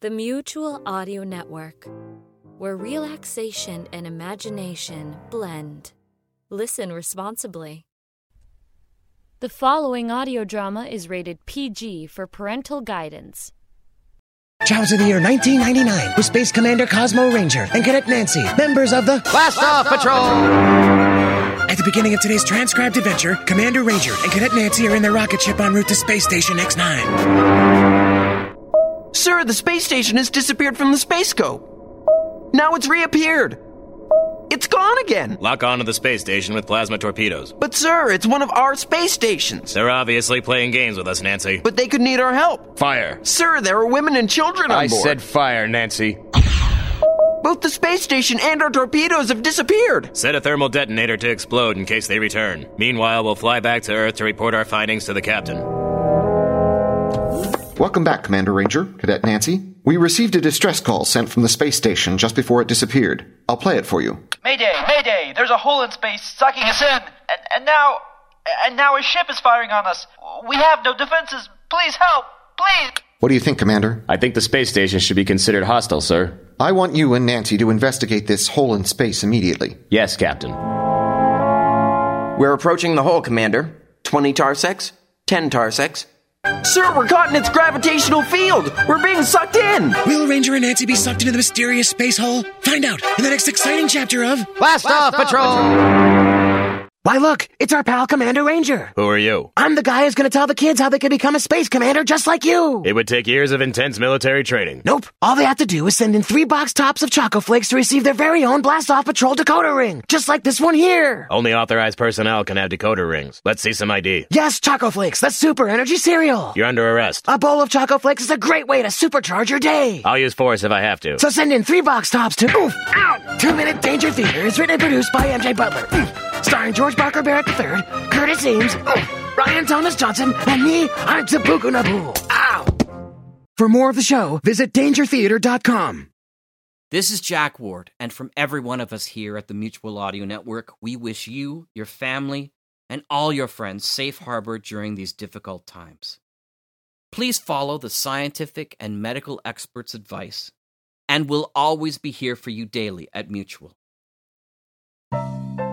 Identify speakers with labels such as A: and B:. A: The Mutual Audio Network, where relaxation and imagination blend. Listen responsibly. The following audio drama is rated PG for parental guidance.
B: Jobs of the year 1999 with Space Commander Cosmo Ranger and Cadet Nancy, members of the
C: Blast Off Patrol!
B: At the beginning of today's transcribed adventure, Commander Ranger and Cadet Nancy are in their rocket ship en route to Space Station X9.
C: Sir, the space station has disappeared from the space scope. Now it's reappeared. It's gone again.
D: Lock onto the space station with plasma torpedoes.
C: But, sir, it's one of our space stations.
D: They're obviously playing games with us, Nancy.
C: But they could need our help.
D: Fire.
C: Sir, there are women and children on
D: I
C: board.
D: said fire, Nancy.
C: Both the space station and our torpedoes have disappeared.
D: Set a thermal detonator to explode in case they return. Meanwhile, we'll fly back to Earth to report our findings to the captain.
E: Welcome back, Commander Ranger, Cadet Nancy. We received a distress call sent from the space station just before it disappeared. I'll play it for you.
F: Mayday, mayday! There's a hole in space sucking us in, and, and now, and now a ship is firing on us. We have no defenses. Please help, please.
E: What do you think, Commander?
D: I think the space station should be considered hostile, sir.
E: I want you and Nancy to investigate this hole in space immediately.
D: Yes, Captain.
C: We're approaching the hole, Commander. 20 tarsecs, 10 tarsecs. Sir, we're caught in its gravitational field. We're being sucked in.
B: Will Ranger and Nancy be sucked into the mysterious space hole? Find out in the next exciting chapter of
C: Blast, off, patrol.
B: Why look, it's our pal Commander Ranger.
D: Who are you?
B: I'm the guy who's gonna tell the kids how they can become a space commander just like you.
D: It would take years of intense military training.
B: Nope. All they have to do is send in three box tops of Choco Flakes to receive their very own Blast Off Patrol decoder ring, just like this one here.
D: Only authorized personnel can have decoder rings. Let's see some ID.
B: Yes, Choco Flakes, that's super energy cereal.
D: You're under arrest.
B: A bowl of Choco Flakes is a great way to supercharge your day.
D: I'll use force if I have to.
B: So send in three box tops to Oof! Ow! Two Minute Danger Theater is written and produced by MJ Butler. Oof, starring George Barker Barrett III, Curtis Eames, Oof! Ryan Thomas Johnson, and me, I'm Tabuku Naboo. Ow! For more of the show, visit dangertheater.com.
G: This is Jack Ward, and from every one of us here at the Mutual Audio Network, we wish you, your family, and all your friends safe harbor during these difficult times. Please follow the scientific and medical experts' advice, and we'll always be here for you daily at Mutual.